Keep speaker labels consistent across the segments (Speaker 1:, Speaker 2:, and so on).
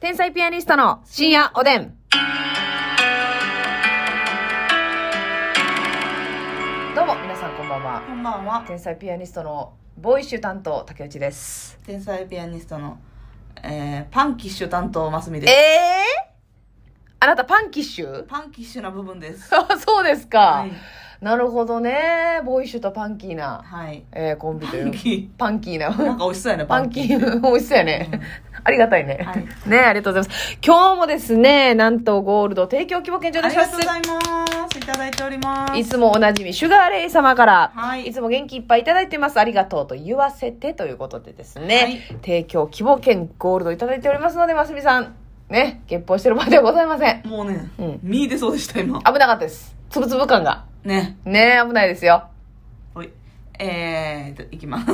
Speaker 1: 天才ピアニストの深夜おでん。どうも、皆さんこんばんは。
Speaker 2: こんばんは。
Speaker 1: 天才ピアニストのボーイッシュ担当、竹内です。
Speaker 2: 天才ピアニストの、えー、パンキッシュ担当ますみ
Speaker 1: え
Speaker 2: です。
Speaker 1: あなたパンキッシ ュ
Speaker 2: パンキッシュな部分です。
Speaker 1: あそうですか、
Speaker 2: はい。
Speaker 1: なるほどね。ボーイッシュとパンキーな、
Speaker 2: はい。
Speaker 1: えーコンビと
Speaker 2: パ
Speaker 1: いう
Speaker 2: ン。キ
Speaker 1: パンキー
Speaker 2: ー。なん
Speaker 1: な。
Speaker 2: か美味しそうやね、
Speaker 1: パ
Speaker 2: パ
Speaker 1: ン
Speaker 2: ン
Speaker 1: キ
Speaker 2: キ
Speaker 1: ー、
Speaker 2: ー。
Speaker 1: 美味しそうやね。
Speaker 2: うん
Speaker 1: ありがたいね。
Speaker 2: はい
Speaker 1: ねありがとうございます。今日もですね、なんとゴールド提供希望券頂
Speaker 2: あ
Speaker 1: 戴
Speaker 2: り
Speaker 1: しま
Speaker 2: がと
Speaker 1: す
Speaker 2: うご。ざいます。いただいております。
Speaker 1: いつもおなじみ、シュガーレイ様から、
Speaker 2: はい
Speaker 1: いつも元気いっぱいいただいてます。ありがとうと言わせてということでですね、
Speaker 2: はい
Speaker 1: 提供希望券ゴールドいただいておりますので、ますみさん、ね、月報してる場合ではございません。
Speaker 2: もうね、
Speaker 1: うん
Speaker 2: 見出そうでした、今。
Speaker 1: 危なかったです。つぶつぶ感が。
Speaker 2: ね。
Speaker 1: ね危ないですよ。
Speaker 2: おい。えーと、いきます。
Speaker 1: あ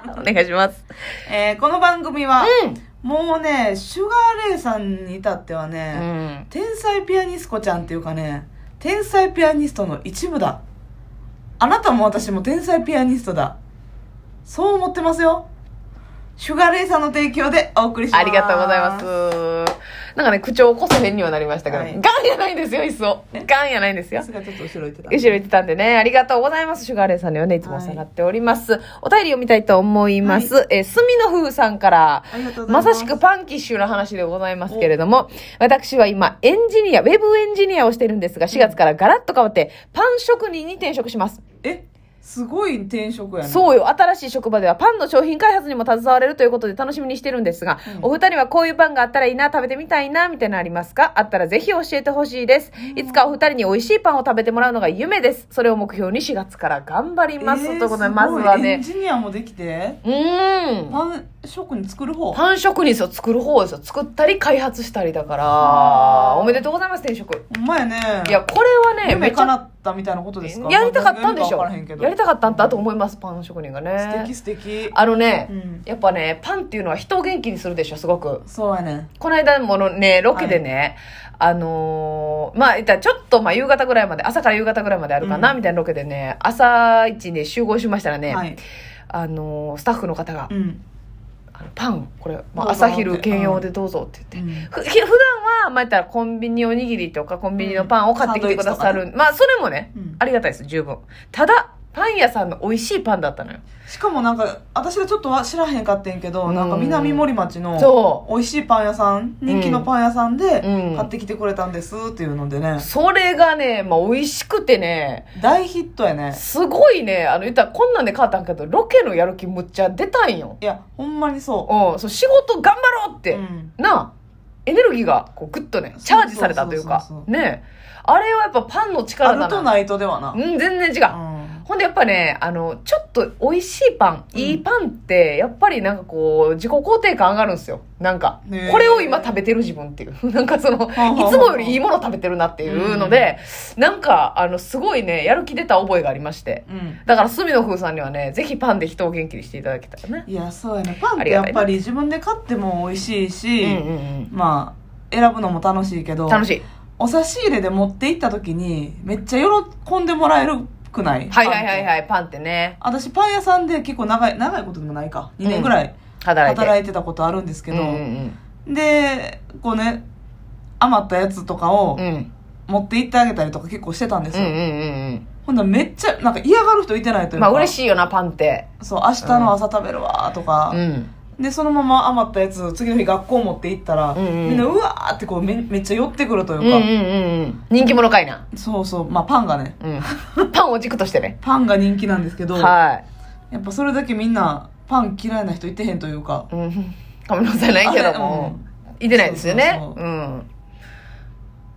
Speaker 1: ははお願いします。
Speaker 2: えー、この番組は、
Speaker 1: うん。
Speaker 2: もうね、シュガーレイさんに至ってはね、
Speaker 1: うん。
Speaker 2: 天才ピアニスコちゃんっていうかね天才ピアニストの一部だあなたも私も天才ピアニストだそう思ってますよシュガーレイさんの提供でお送りします
Speaker 1: ありがとうございます。なんかね、口調こそ変にはなりましたけど、
Speaker 2: はい
Speaker 1: ガンやないんですよ、いっそ。ガンやないんですよ
Speaker 2: さ。すがちょっと後ろ行ってた
Speaker 1: 後ろ言ってたんでね、ありがとうございます。シュガーレンさんにはね、いつもお世話になっております。お便り読みたいと思います。えー、すみのふうさんから、
Speaker 2: ありがとうござ
Speaker 1: ま
Speaker 2: います
Speaker 1: さしくパンキッシュな話でございますけれども、私は今、エンジニア、ウェブエンジニアをしてるんですが、4月からガラッと変わって、パン職人に転職します。
Speaker 2: えすごい転職やねう
Speaker 1: そうよ。新しい職場ではパンの商品開発にも携われるということで楽しみにしてるんですが、
Speaker 2: うん
Speaker 1: お二人はこういうパンがあったらいいな、食べてみたいな、みたいなのありますかあったらぜひ教えてほしいです。いつかお二人に美味しいパンを食べてもらうのが夢です。それを目標に4月から頑張ります。ということで、まずは
Speaker 2: エン
Speaker 1: ね、
Speaker 2: ジニアもできて
Speaker 1: うーん。
Speaker 2: パン職に作る方
Speaker 1: パン職人さん作る方ですよ。作ったり開発したりだから、
Speaker 2: あー
Speaker 1: おめでとうございます、転職。
Speaker 2: ほんまやね
Speaker 1: いや、これはね、
Speaker 2: 夢
Speaker 1: めちゃ
Speaker 2: 叶ったみたいなことですか
Speaker 1: やりたかったんでしょ
Speaker 2: なんか何が分からへんけ。ど
Speaker 1: やりたかったんだと思います、パン職人が
Speaker 2: 素敵
Speaker 1: ね。
Speaker 2: 素敵
Speaker 1: あのね、
Speaker 2: うん
Speaker 1: やっぱね、パンっていうのは人を元気にするでしょ、すごく。
Speaker 2: そうやね
Speaker 1: この間ものね、ロケでね、あのーまあ、言ったらちょっと、まあ、夕方ぐらいまで、朝から夕方ぐらいまであるかな、
Speaker 2: うん
Speaker 1: みたいなロケでね、朝一で集合しましたらね、
Speaker 2: はい
Speaker 1: あのースタッフの方が、
Speaker 2: うん
Speaker 1: あのパン、これ、ま
Speaker 2: ど
Speaker 1: あ、
Speaker 2: うぞ
Speaker 1: 朝昼兼用でどうぞって言って。
Speaker 2: う
Speaker 1: ふ
Speaker 2: ん
Speaker 1: ひ普段は、まあ、言ったらコンビニおにぎりとかコンビニのパンを買ってきてくださる。
Speaker 2: う
Speaker 1: まあ、それもね、
Speaker 2: うん
Speaker 1: ありがたいです、十分。ただ、パン屋さんの美味しいパンだったのよ。
Speaker 2: しかもなんか私がちょっとは知らへんかってんけど、
Speaker 1: うん
Speaker 2: なんか南森町の
Speaker 1: そう。
Speaker 2: 美味しいパン屋さん人気のパン屋さんで
Speaker 1: うん
Speaker 2: 買ってきてくれたんですっていうのでね、
Speaker 1: それがね、まあ、美味しくてね、
Speaker 2: 大ヒットやね
Speaker 1: すごいね、あの、言ったらこんなんで買ったんけど、ロケのやる気むっちゃ出たんよ。
Speaker 2: いやほんまにそ
Speaker 1: うん、そう、仕事頑張ろうっ
Speaker 2: う、
Speaker 1: て、
Speaker 2: うん
Speaker 1: なあ、エネルギーが、こう、ぐっとね、チャージされたという
Speaker 2: そうそう
Speaker 1: か
Speaker 2: そ、うそ
Speaker 1: ねあれはやっぱパンの力
Speaker 2: あ
Speaker 1: だな。
Speaker 2: るとないとではな、
Speaker 1: うん、全然違う。
Speaker 2: うん
Speaker 1: ほんでやっぱね、あの、ちょっと美味しいパン、
Speaker 2: うん
Speaker 1: いいパンって、やっぱりなんかこう、自己肯定感上がるんですよ。なんか
Speaker 2: へ、ー
Speaker 1: これを今食べてる自分っていう。 なんかその、い
Speaker 2: ははは
Speaker 1: つもよりいいもの食べてるなっていうので、なんか、あの、すごいね、やる気出た覚えがありまして。
Speaker 2: うん
Speaker 1: だから、隅野風さんにはね、ぜひパンで人を元気にしていただきたいね。
Speaker 2: いやそうやねパンっ
Speaker 1: ありが
Speaker 2: てや
Speaker 1: たい
Speaker 2: っぱり自分で買っても美味しいし、
Speaker 1: うんうん
Speaker 2: まあ選ぶのも楽しいけ
Speaker 1: う
Speaker 2: ど
Speaker 1: ん。楽しい。
Speaker 2: お差し入れで持って行った時にめっちゃ喜んでもらえるくない
Speaker 1: はいはいはい
Speaker 2: い
Speaker 1: はい、パンってね、
Speaker 2: 私パン屋さんで結構長い長いことでもないか2年ぐらい、
Speaker 1: 働いて。
Speaker 2: 働
Speaker 1: い
Speaker 2: いてたことあるんですけど、
Speaker 1: うんうん
Speaker 2: でこうね余ったやつとかを
Speaker 1: うん。うん。
Speaker 2: 持って行ってあげたりとか結構してたんです
Speaker 1: うんう
Speaker 2: よ、
Speaker 1: んうん
Speaker 2: ほんならめっちゃなんか嫌がる人いてない
Speaker 1: う
Speaker 2: とい
Speaker 1: ん。
Speaker 2: うか
Speaker 1: まあ、嬉
Speaker 2: い
Speaker 1: しいよな、パンって。
Speaker 2: そう明日の朝食べるわと
Speaker 1: う
Speaker 2: か、
Speaker 1: ん。
Speaker 2: でそのまま余ったやつ次の日学校持って行ったら、
Speaker 1: うんうん
Speaker 2: みんなうわーってこうめめっちゃ寄ってくるといううん
Speaker 1: うん
Speaker 2: か、
Speaker 1: うんうん。人気者かいな。
Speaker 2: そうそうまあパンがね
Speaker 1: うん。パンを軸としてね。
Speaker 2: パンが人気なんですけど、
Speaker 1: は
Speaker 2: やっぱそれだけみんなパン嫌いな人いてへんというか
Speaker 1: い。うん。かもしれないけども。いてないですよね。
Speaker 2: そう
Speaker 1: う
Speaker 2: そ
Speaker 1: ん。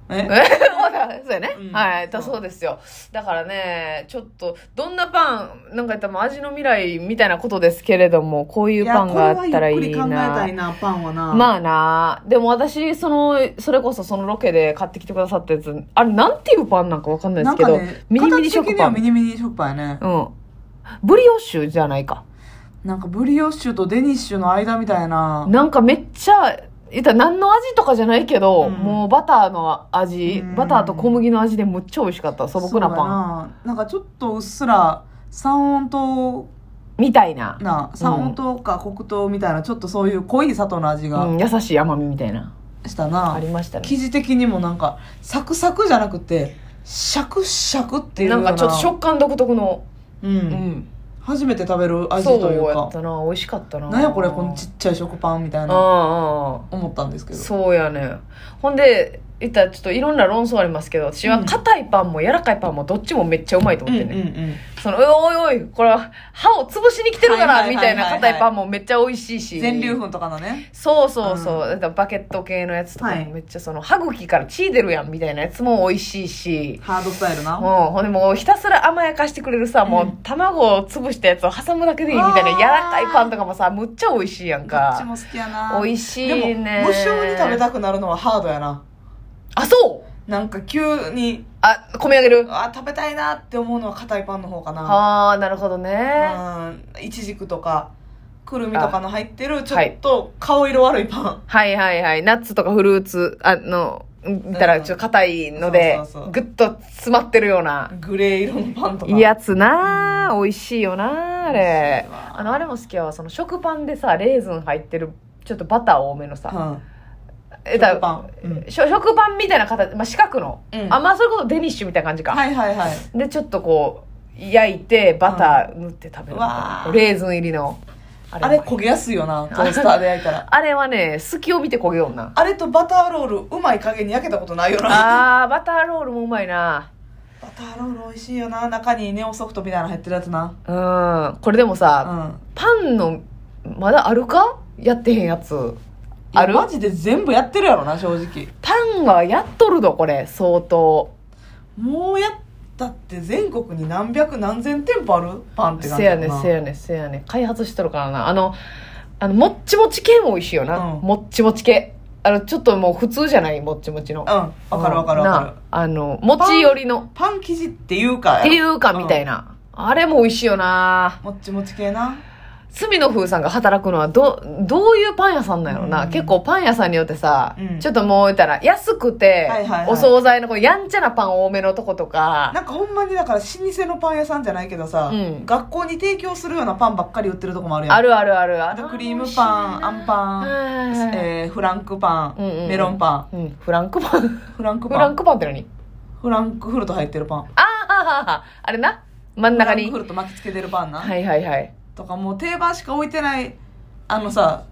Speaker 2: え
Speaker 1: えまだ そうやね
Speaker 2: う。ん
Speaker 1: はい。
Speaker 2: そ
Speaker 1: だ
Speaker 2: う
Speaker 1: そうですよ。だからね、ちょっと、どんなパン、なんか言ったらもう味の未来みたいなことですけれども、こういうパンがあったらいい
Speaker 2: やこれはゆっくり考えた。
Speaker 1: ない
Speaker 2: なパンはな
Speaker 1: まあなでも私、その、それこそそのロケで買ってきてくださったやつ、あれなんていうパンなんかわかんないで
Speaker 2: な
Speaker 1: す
Speaker 2: ん
Speaker 1: け
Speaker 2: か
Speaker 1: ど、
Speaker 2: ね、
Speaker 1: ミニミニ食
Speaker 2: 形的に
Speaker 1: パ
Speaker 2: は
Speaker 1: ン。
Speaker 2: ミニミニ食パンやね。
Speaker 1: うん。ブリオッシュじゃないか。
Speaker 2: なんかブリオッシュとデニッシュの間みたいな。
Speaker 1: なんかめっちゃ、言ったら何の味とかじゃないけど、
Speaker 2: うん
Speaker 1: もうバターの味、
Speaker 2: うん
Speaker 1: バターと小麦の味でむっちゃ美味しかった、素朴な
Speaker 2: そうや
Speaker 1: パン。
Speaker 2: ななんかちょっとうっすら、三温糖
Speaker 1: みたいな。
Speaker 2: な、三温糖か黒糖みたいな、ちょっとそういう濃い砂糖の味が、
Speaker 1: うん、優しい甘みみたいな。
Speaker 2: したな
Speaker 1: ありましたね
Speaker 2: 生地的にもなんかサクサクじゃなくてシャクシャクっていうよ
Speaker 1: な
Speaker 2: うんな
Speaker 1: かちょっと食感独特の、
Speaker 2: う、
Speaker 1: うんん、
Speaker 2: 初めて食べる味
Speaker 1: そう
Speaker 2: という
Speaker 1: や
Speaker 2: か
Speaker 1: ったな美味しかったな
Speaker 2: なんやこれこのちっちゃい食パンみたいな
Speaker 1: ああ
Speaker 2: 思ったんですけど
Speaker 1: そうやねほんで言ったらちょっといろんな論争ありますけど私は硬いパンも柔らかいパンもどっちもめっちゃうまいと
Speaker 2: うん
Speaker 1: 思っ
Speaker 2: うんう
Speaker 1: てね、
Speaker 2: ん
Speaker 1: そのおいおいこれは歯を潰しに来てるか
Speaker 2: はい
Speaker 1: ら
Speaker 2: はい
Speaker 1: み
Speaker 2: はいは
Speaker 1: た
Speaker 2: い
Speaker 1: いな硬いパンもめっちゃ美味しいし
Speaker 2: 全粒粉とかのね
Speaker 1: そうそうそう、だからバケット系のやつとか
Speaker 2: は
Speaker 1: も
Speaker 2: い
Speaker 1: めっちゃその歯茎から血出るやんみたいなやつも美味しいし、
Speaker 2: ハードスタイルな
Speaker 1: もうほんでもうひたすら甘やかしてくれるさ、も
Speaker 2: う
Speaker 1: うん卵を潰したやつを挟むだけでいいみたいな
Speaker 2: あー
Speaker 1: 柔らかいパンとかもさむっちゃ美味しいやん
Speaker 2: どっち
Speaker 1: か
Speaker 2: も好きやな
Speaker 1: 美味しい
Speaker 2: でも
Speaker 1: ね
Speaker 2: 無性に食べたくなるのはハードやな
Speaker 1: あそう
Speaker 2: なんか急に
Speaker 1: あ込み上げる
Speaker 2: あ食べたいなって思うのは硬いパンの方かな
Speaker 1: はあなるほどね
Speaker 2: うんいちじくとかくるみとかの入ってるちょ
Speaker 1: は
Speaker 2: っ
Speaker 1: い
Speaker 2: と顔色悪いパン、
Speaker 1: はいはいはいナッツとかフルーツあの言ったらちょっと硬いので
Speaker 2: そうそうそう
Speaker 1: ぐっと詰まってるような
Speaker 2: グレー色のパンとか
Speaker 1: やつなあ美味しいよなあれ
Speaker 2: 美味しいわ
Speaker 1: あのあれも好きやわその食パンでさレーズン入ってるちょっとバター多めのさ、
Speaker 2: うん
Speaker 1: えだ
Speaker 2: 食パンうん
Speaker 1: しょ食パンみたいな形、まあ、四角の、
Speaker 2: うん
Speaker 1: あまあそれこそデニッシュみたいな感じか、
Speaker 2: はいはいはい
Speaker 1: でちょっとこう焼いてバター塗って食べる、
Speaker 2: うわあ
Speaker 1: レーズン入りのあ
Speaker 2: あれ焦げやすいよなトースターで焼い たら
Speaker 1: あれはね隙を見て焦げよんな
Speaker 2: あれとバターロールうまい加減に焼けたことないよな
Speaker 1: あーバターロールもうまいな
Speaker 2: バターロール美味しいよな中にネオソフトみたいなの入ってるやつな
Speaker 1: うんこれでもさ、
Speaker 2: うん
Speaker 1: パンのまだあるかやってへんやつある
Speaker 2: いやマジで全部やってるやろな正直
Speaker 1: パンはやっとるぞこれ相当
Speaker 2: もうやったって全国に何百何千店舗あるパンって感
Speaker 1: せ
Speaker 2: じ
Speaker 1: や
Speaker 2: だ
Speaker 1: ね
Speaker 2: な
Speaker 1: せやねせやね開発しとるからなあのあのもっちもち系も美味しいよな、
Speaker 2: うん
Speaker 1: もっちもち系あのちょっともう普通じゃないもっちもちの
Speaker 2: うんわかるわかるわかる
Speaker 1: なあのもち寄りの
Speaker 2: パン生地っていうか
Speaker 1: っていうかみたい
Speaker 2: な、
Speaker 1: な、あれも美味しいよな
Speaker 2: うんもっちもち系な
Speaker 1: 隅野風さんが働くのはどどういうパン屋さんなんやろな、
Speaker 2: うん
Speaker 1: 結構パン屋さんによってさ、
Speaker 2: うん
Speaker 1: ちょっともう言ったら安くて、
Speaker 2: はいはいはい
Speaker 1: お惣菜のこうやんちゃなパン多めのとことか
Speaker 2: なんかほんまにだから老舗のパン屋さんじゃないけどさ、
Speaker 1: うん
Speaker 2: 学校に提供するようなパンばっかり売ってるとこもあるやん
Speaker 1: あるあるあるあ
Speaker 2: あと
Speaker 1: る
Speaker 2: クリームパンあんパン、
Speaker 1: はいはいはい
Speaker 2: えーフランクパン、
Speaker 1: うんうんうん
Speaker 2: メロンパ
Speaker 1: うん、フランクパン
Speaker 2: ンフランク
Speaker 1: フ
Speaker 2: パ
Speaker 1: ラ
Speaker 2: ン
Speaker 1: ンクパンって何
Speaker 2: フランクフルト入ってるパン
Speaker 1: あああれな真ん
Speaker 2: フラ
Speaker 1: 中
Speaker 2: ンク
Speaker 1: に
Speaker 2: フルト巻きつけてるパンな、
Speaker 1: はいはいはい
Speaker 2: とかもう定番しか置いてないあのさ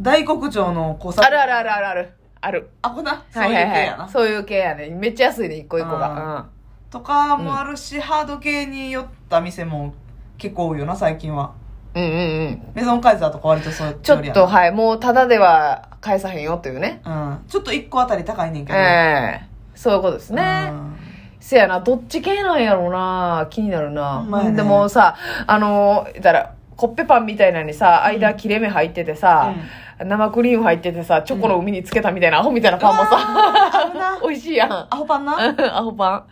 Speaker 2: 大黒町の交差
Speaker 1: あるあるあるあるあるある
Speaker 2: あこんなそう
Speaker 1: は
Speaker 2: いう
Speaker 1: い
Speaker 2: 系
Speaker 1: はいはい
Speaker 2: やな、
Speaker 1: そういう系やねめっちゃ安いね一個一個が
Speaker 2: とかもあるし、ハード系に寄った店も結構多いよな最近は
Speaker 1: うんうんうんうん
Speaker 2: メゾンカイザーとか割とそういう
Speaker 1: ちょ
Speaker 2: 寄り
Speaker 1: っ
Speaker 2: やな
Speaker 1: とはいもうタダでは返さへんよというね
Speaker 2: うん、ちょっと1個あたり高いねんけど、
Speaker 1: ええそういうことですね
Speaker 2: うん
Speaker 1: せやなどっち系なんやろうな気になるな
Speaker 2: ほんまやね
Speaker 1: でもさあの言ったらコッペパンみたいなのにさ間切れ目入っててさ、生クリーム入っててさチョコの海につけたみたいな、アホみたいなパンも
Speaker 2: ある
Speaker 1: さ
Speaker 2: な
Speaker 1: 美味しいやん
Speaker 2: アホパンな
Speaker 1: うん アホパン。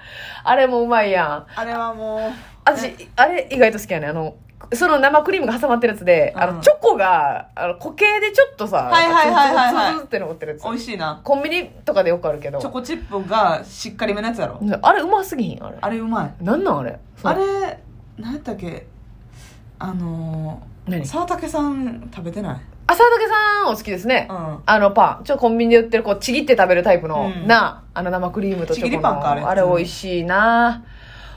Speaker 1: あれもうまいやん。
Speaker 2: あれはもう
Speaker 1: 私、あれ意外と好きやね。あの、その生クリームが挟まってるやつで、あ
Speaker 2: うん
Speaker 1: の、チョコが、あの、固形でちょっとさ、
Speaker 2: はいはいはいはいはい
Speaker 1: ツルツルツルツルって残ってるやつ
Speaker 2: 美。味しいな
Speaker 1: コンビニとかでよくあるけど
Speaker 2: チ。ョコチップがしっかりめのやつやろ
Speaker 1: あれうますぎひんあれ。
Speaker 2: あれうまい
Speaker 1: なんなんあれ。そう
Speaker 2: あれ何やったっけあのー
Speaker 1: 何
Speaker 2: 沢竹さん食べてない
Speaker 1: 浅竹さんお好きですね
Speaker 2: う。ん
Speaker 1: あのパン。ちょ、コンビニで売ってる、こう、ちぎって食べるタイプの、
Speaker 2: うん
Speaker 1: な、あの生クリームとチョコ
Speaker 2: ちぎり
Speaker 1: の。
Speaker 2: パンかあれ
Speaker 1: あれ美味しいな。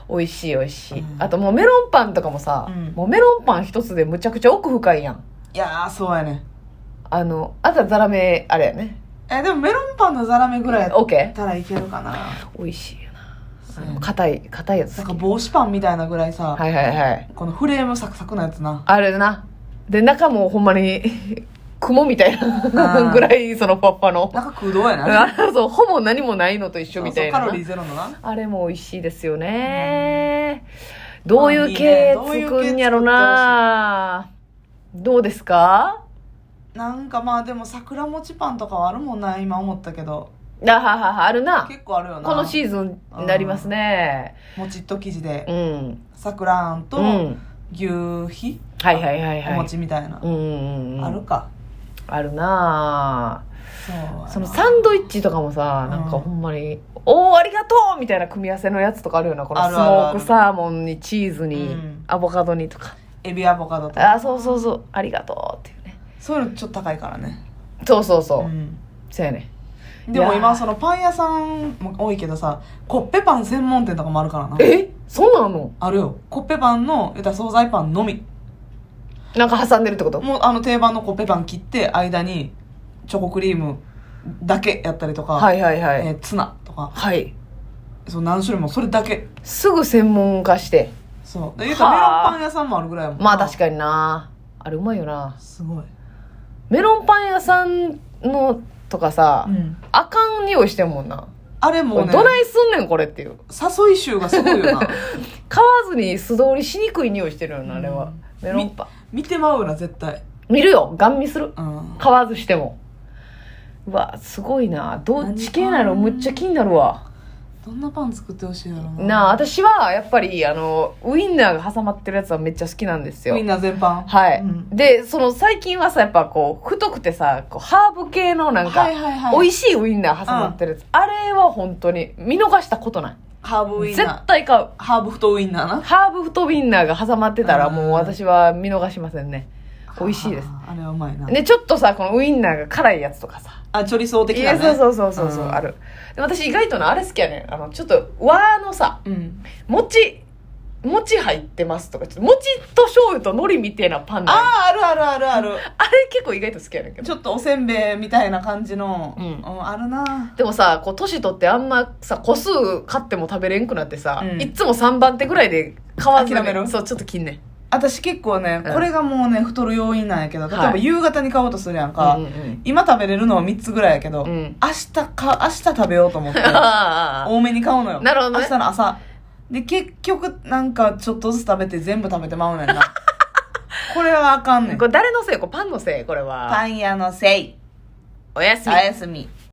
Speaker 1: 美味しい美味しい、
Speaker 2: うん
Speaker 1: あともうメロンパンとかもさ、
Speaker 2: うん
Speaker 1: もうメロンパン一つでむちゃくちゃ奥深いやん。
Speaker 2: いやーそうやね
Speaker 1: あの、あとはザラメ、あれやね。
Speaker 2: えでもメロンパンのザラメぐらいやっ
Speaker 1: オッケ
Speaker 2: たらいけるかな
Speaker 1: ー。美味しいよな。あ
Speaker 2: う
Speaker 1: の
Speaker 2: ん
Speaker 1: 硬い、硬いやつ
Speaker 2: なん
Speaker 1: 好
Speaker 2: か
Speaker 1: き。
Speaker 2: 帽子パンみたいなぐらいさ、
Speaker 1: はいはいはい。
Speaker 2: このフレームサクサクのやつな
Speaker 1: あれな。で、中もほんまに、 雲みたい
Speaker 2: ー
Speaker 1: なぐらい、そのパッパの。
Speaker 2: なんか空洞やな
Speaker 1: あ そう、ほぼ何もないのと一緒みたいな
Speaker 2: そうそうカ。ロリーゼロのな
Speaker 1: あれも美味しいですよね。どういう系
Speaker 2: まあいいね
Speaker 1: 作んやろな。どうですか
Speaker 2: なんかまあでも桜餅パンとかはあるもんな今思ったけど
Speaker 1: あははは、あるな。
Speaker 2: 結構あるよな
Speaker 1: このシーズンになりますね。
Speaker 2: もちっと生地で
Speaker 1: うん。
Speaker 2: 桜あん
Speaker 1: う
Speaker 2: と
Speaker 1: ん。
Speaker 2: 牛皮、
Speaker 1: はいはいはいはい。
Speaker 2: お餅みたいな、
Speaker 1: うんうんうん
Speaker 2: あるか
Speaker 1: あるな
Speaker 2: そうや
Speaker 1: あ
Speaker 2: な
Speaker 1: そのサンドイッチとかもさなんかほんまに「おおありがとう!」みたいな組み合わせのやつとかあるよなこの
Speaker 2: あ
Speaker 1: ス
Speaker 2: る
Speaker 1: モ
Speaker 2: あるあ
Speaker 1: ー
Speaker 2: る
Speaker 1: クサーモンにチーズに
Speaker 2: うん
Speaker 1: アボカドにとか
Speaker 2: エビアボカドとか
Speaker 1: あそうそうそうありがとうっていうね
Speaker 2: そういうのちょっと高いからね
Speaker 1: そうそう
Speaker 2: う
Speaker 1: そう、
Speaker 2: ん
Speaker 1: そうやね
Speaker 2: でも
Speaker 1: いや
Speaker 2: 今
Speaker 1: ー
Speaker 2: そのパン屋さんも多いけどさコッペパン専門店とかもあるからな
Speaker 1: えそうなの
Speaker 2: あるよコッペパンの言ったら惣菜パンのみ
Speaker 1: なんか挟んでるってこと
Speaker 2: もうあの定番のコッペパン切って間にチョコクリームだけやったりとか、
Speaker 1: はいはいはい、
Speaker 2: えーツナとか
Speaker 1: はい
Speaker 2: そう何種類もそれだけ
Speaker 1: すぐ専門化して
Speaker 2: そうで言うたらメロンパン屋さんもあるぐらいやもん
Speaker 1: まあ確
Speaker 2: か
Speaker 1: かになあれうまいよな
Speaker 2: すごい、
Speaker 1: メロンパン屋さんのとかさ、
Speaker 2: うん、
Speaker 1: あかん匂いしてんもんな、
Speaker 2: あれもうね
Speaker 1: どないすんねんこれっていう
Speaker 2: 誘い臭がすごい よな
Speaker 1: 買わずに素通りしにくい匂いしてるよなあれは、メロンパ
Speaker 2: 見てまうな絶対
Speaker 1: ン見るよガン見する
Speaker 2: うん
Speaker 1: 買わずしてもうわすごいなどっち系なの
Speaker 2: 何
Speaker 1: むっちゃ気になるわ
Speaker 2: どんなパン作ってほしいやろ
Speaker 1: なあ
Speaker 2: あ
Speaker 1: 私はやっぱりあのウインナーが挟まってるやつはめっちゃ好きなんですよ
Speaker 2: みんな全般
Speaker 1: はい、
Speaker 2: うん
Speaker 1: でその最近はさやっぱこう太くてさこうハーブ系のなんか、
Speaker 2: はいはいはい
Speaker 1: 美味しいウインナー挟まってるやつ、あれは本当に見逃したことな
Speaker 2: ハーブウ
Speaker 1: い
Speaker 2: イン
Speaker 1: 絶
Speaker 2: ナ
Speaker 1: 対買う
Speaker 2: ーハーブ太ウインナーな
Speaker 1: ハーブ太ウインナーが挟まってたら
Speaker 2: うん
Speaker 1: もう私は見逃しませんね美味しいです
Speaker 2: あーあれはうまいな、
Speaker 1: でちょっとさこのウインナーが辛いやつとかさ
Speaker 2: あチョリソー的
Speaker 1: いや
Speaker 2: な、ね、
Speaker 1: そうそうそうそうそう、
Speaker 2: うん
Speaker 1: あるで私意外となあれ好きやねんあのちょっと和のさ
Speaker 2: うん
Speaker 1: 餅餅入ってますとかちょっと餅と醤油と海苔みたいなパンなんあ
Speaker 2: あああるあるあるある
Speaker 1: れ結構意外と好きやねんけど
Speaker 2: ちょっとおせんべいみたいな感じの、
Speaker 1: うん
Speaker 2: あるな
Speaker 1: でもさこう年取ってあんまさ個数買っても食べれんくなってさ、
Speaker 2: うん
Speaker 1: いっつも3番手ぐらいで買わずに
Speaker 2: 諦める
Speaker 1: そうちょっと切んねん
Speaker 2: 私結構ね、
Speaker 1: うん
Speaker 2: これがもうね太る要因なんやけど例えば
Speaker 1: はい
Speaker 2: 夕方に買おうとするやんか、
Speaker 1: うんうん
Speaker 2: 今食べれるのは3つぐらいやけど、
Speaker 1: うんうん
Speaker 2: 明日か明日食べようと 思って
Speaker 1: あー
Speaker 2: 多めに買うのよ
Speaker 1: なるほどね
Speaker 2: 明日の朝で結局なんかちょっとずつ食べて全部食べてまうね んなこれはあかんねん
Speaker 1: これ誰のせいこれパンのせいこれは
Speaker 2: パン屋のせい
Speaker 1: おやす
Speaker 2: お
Speaker 1: み
Speaker 2: やすみ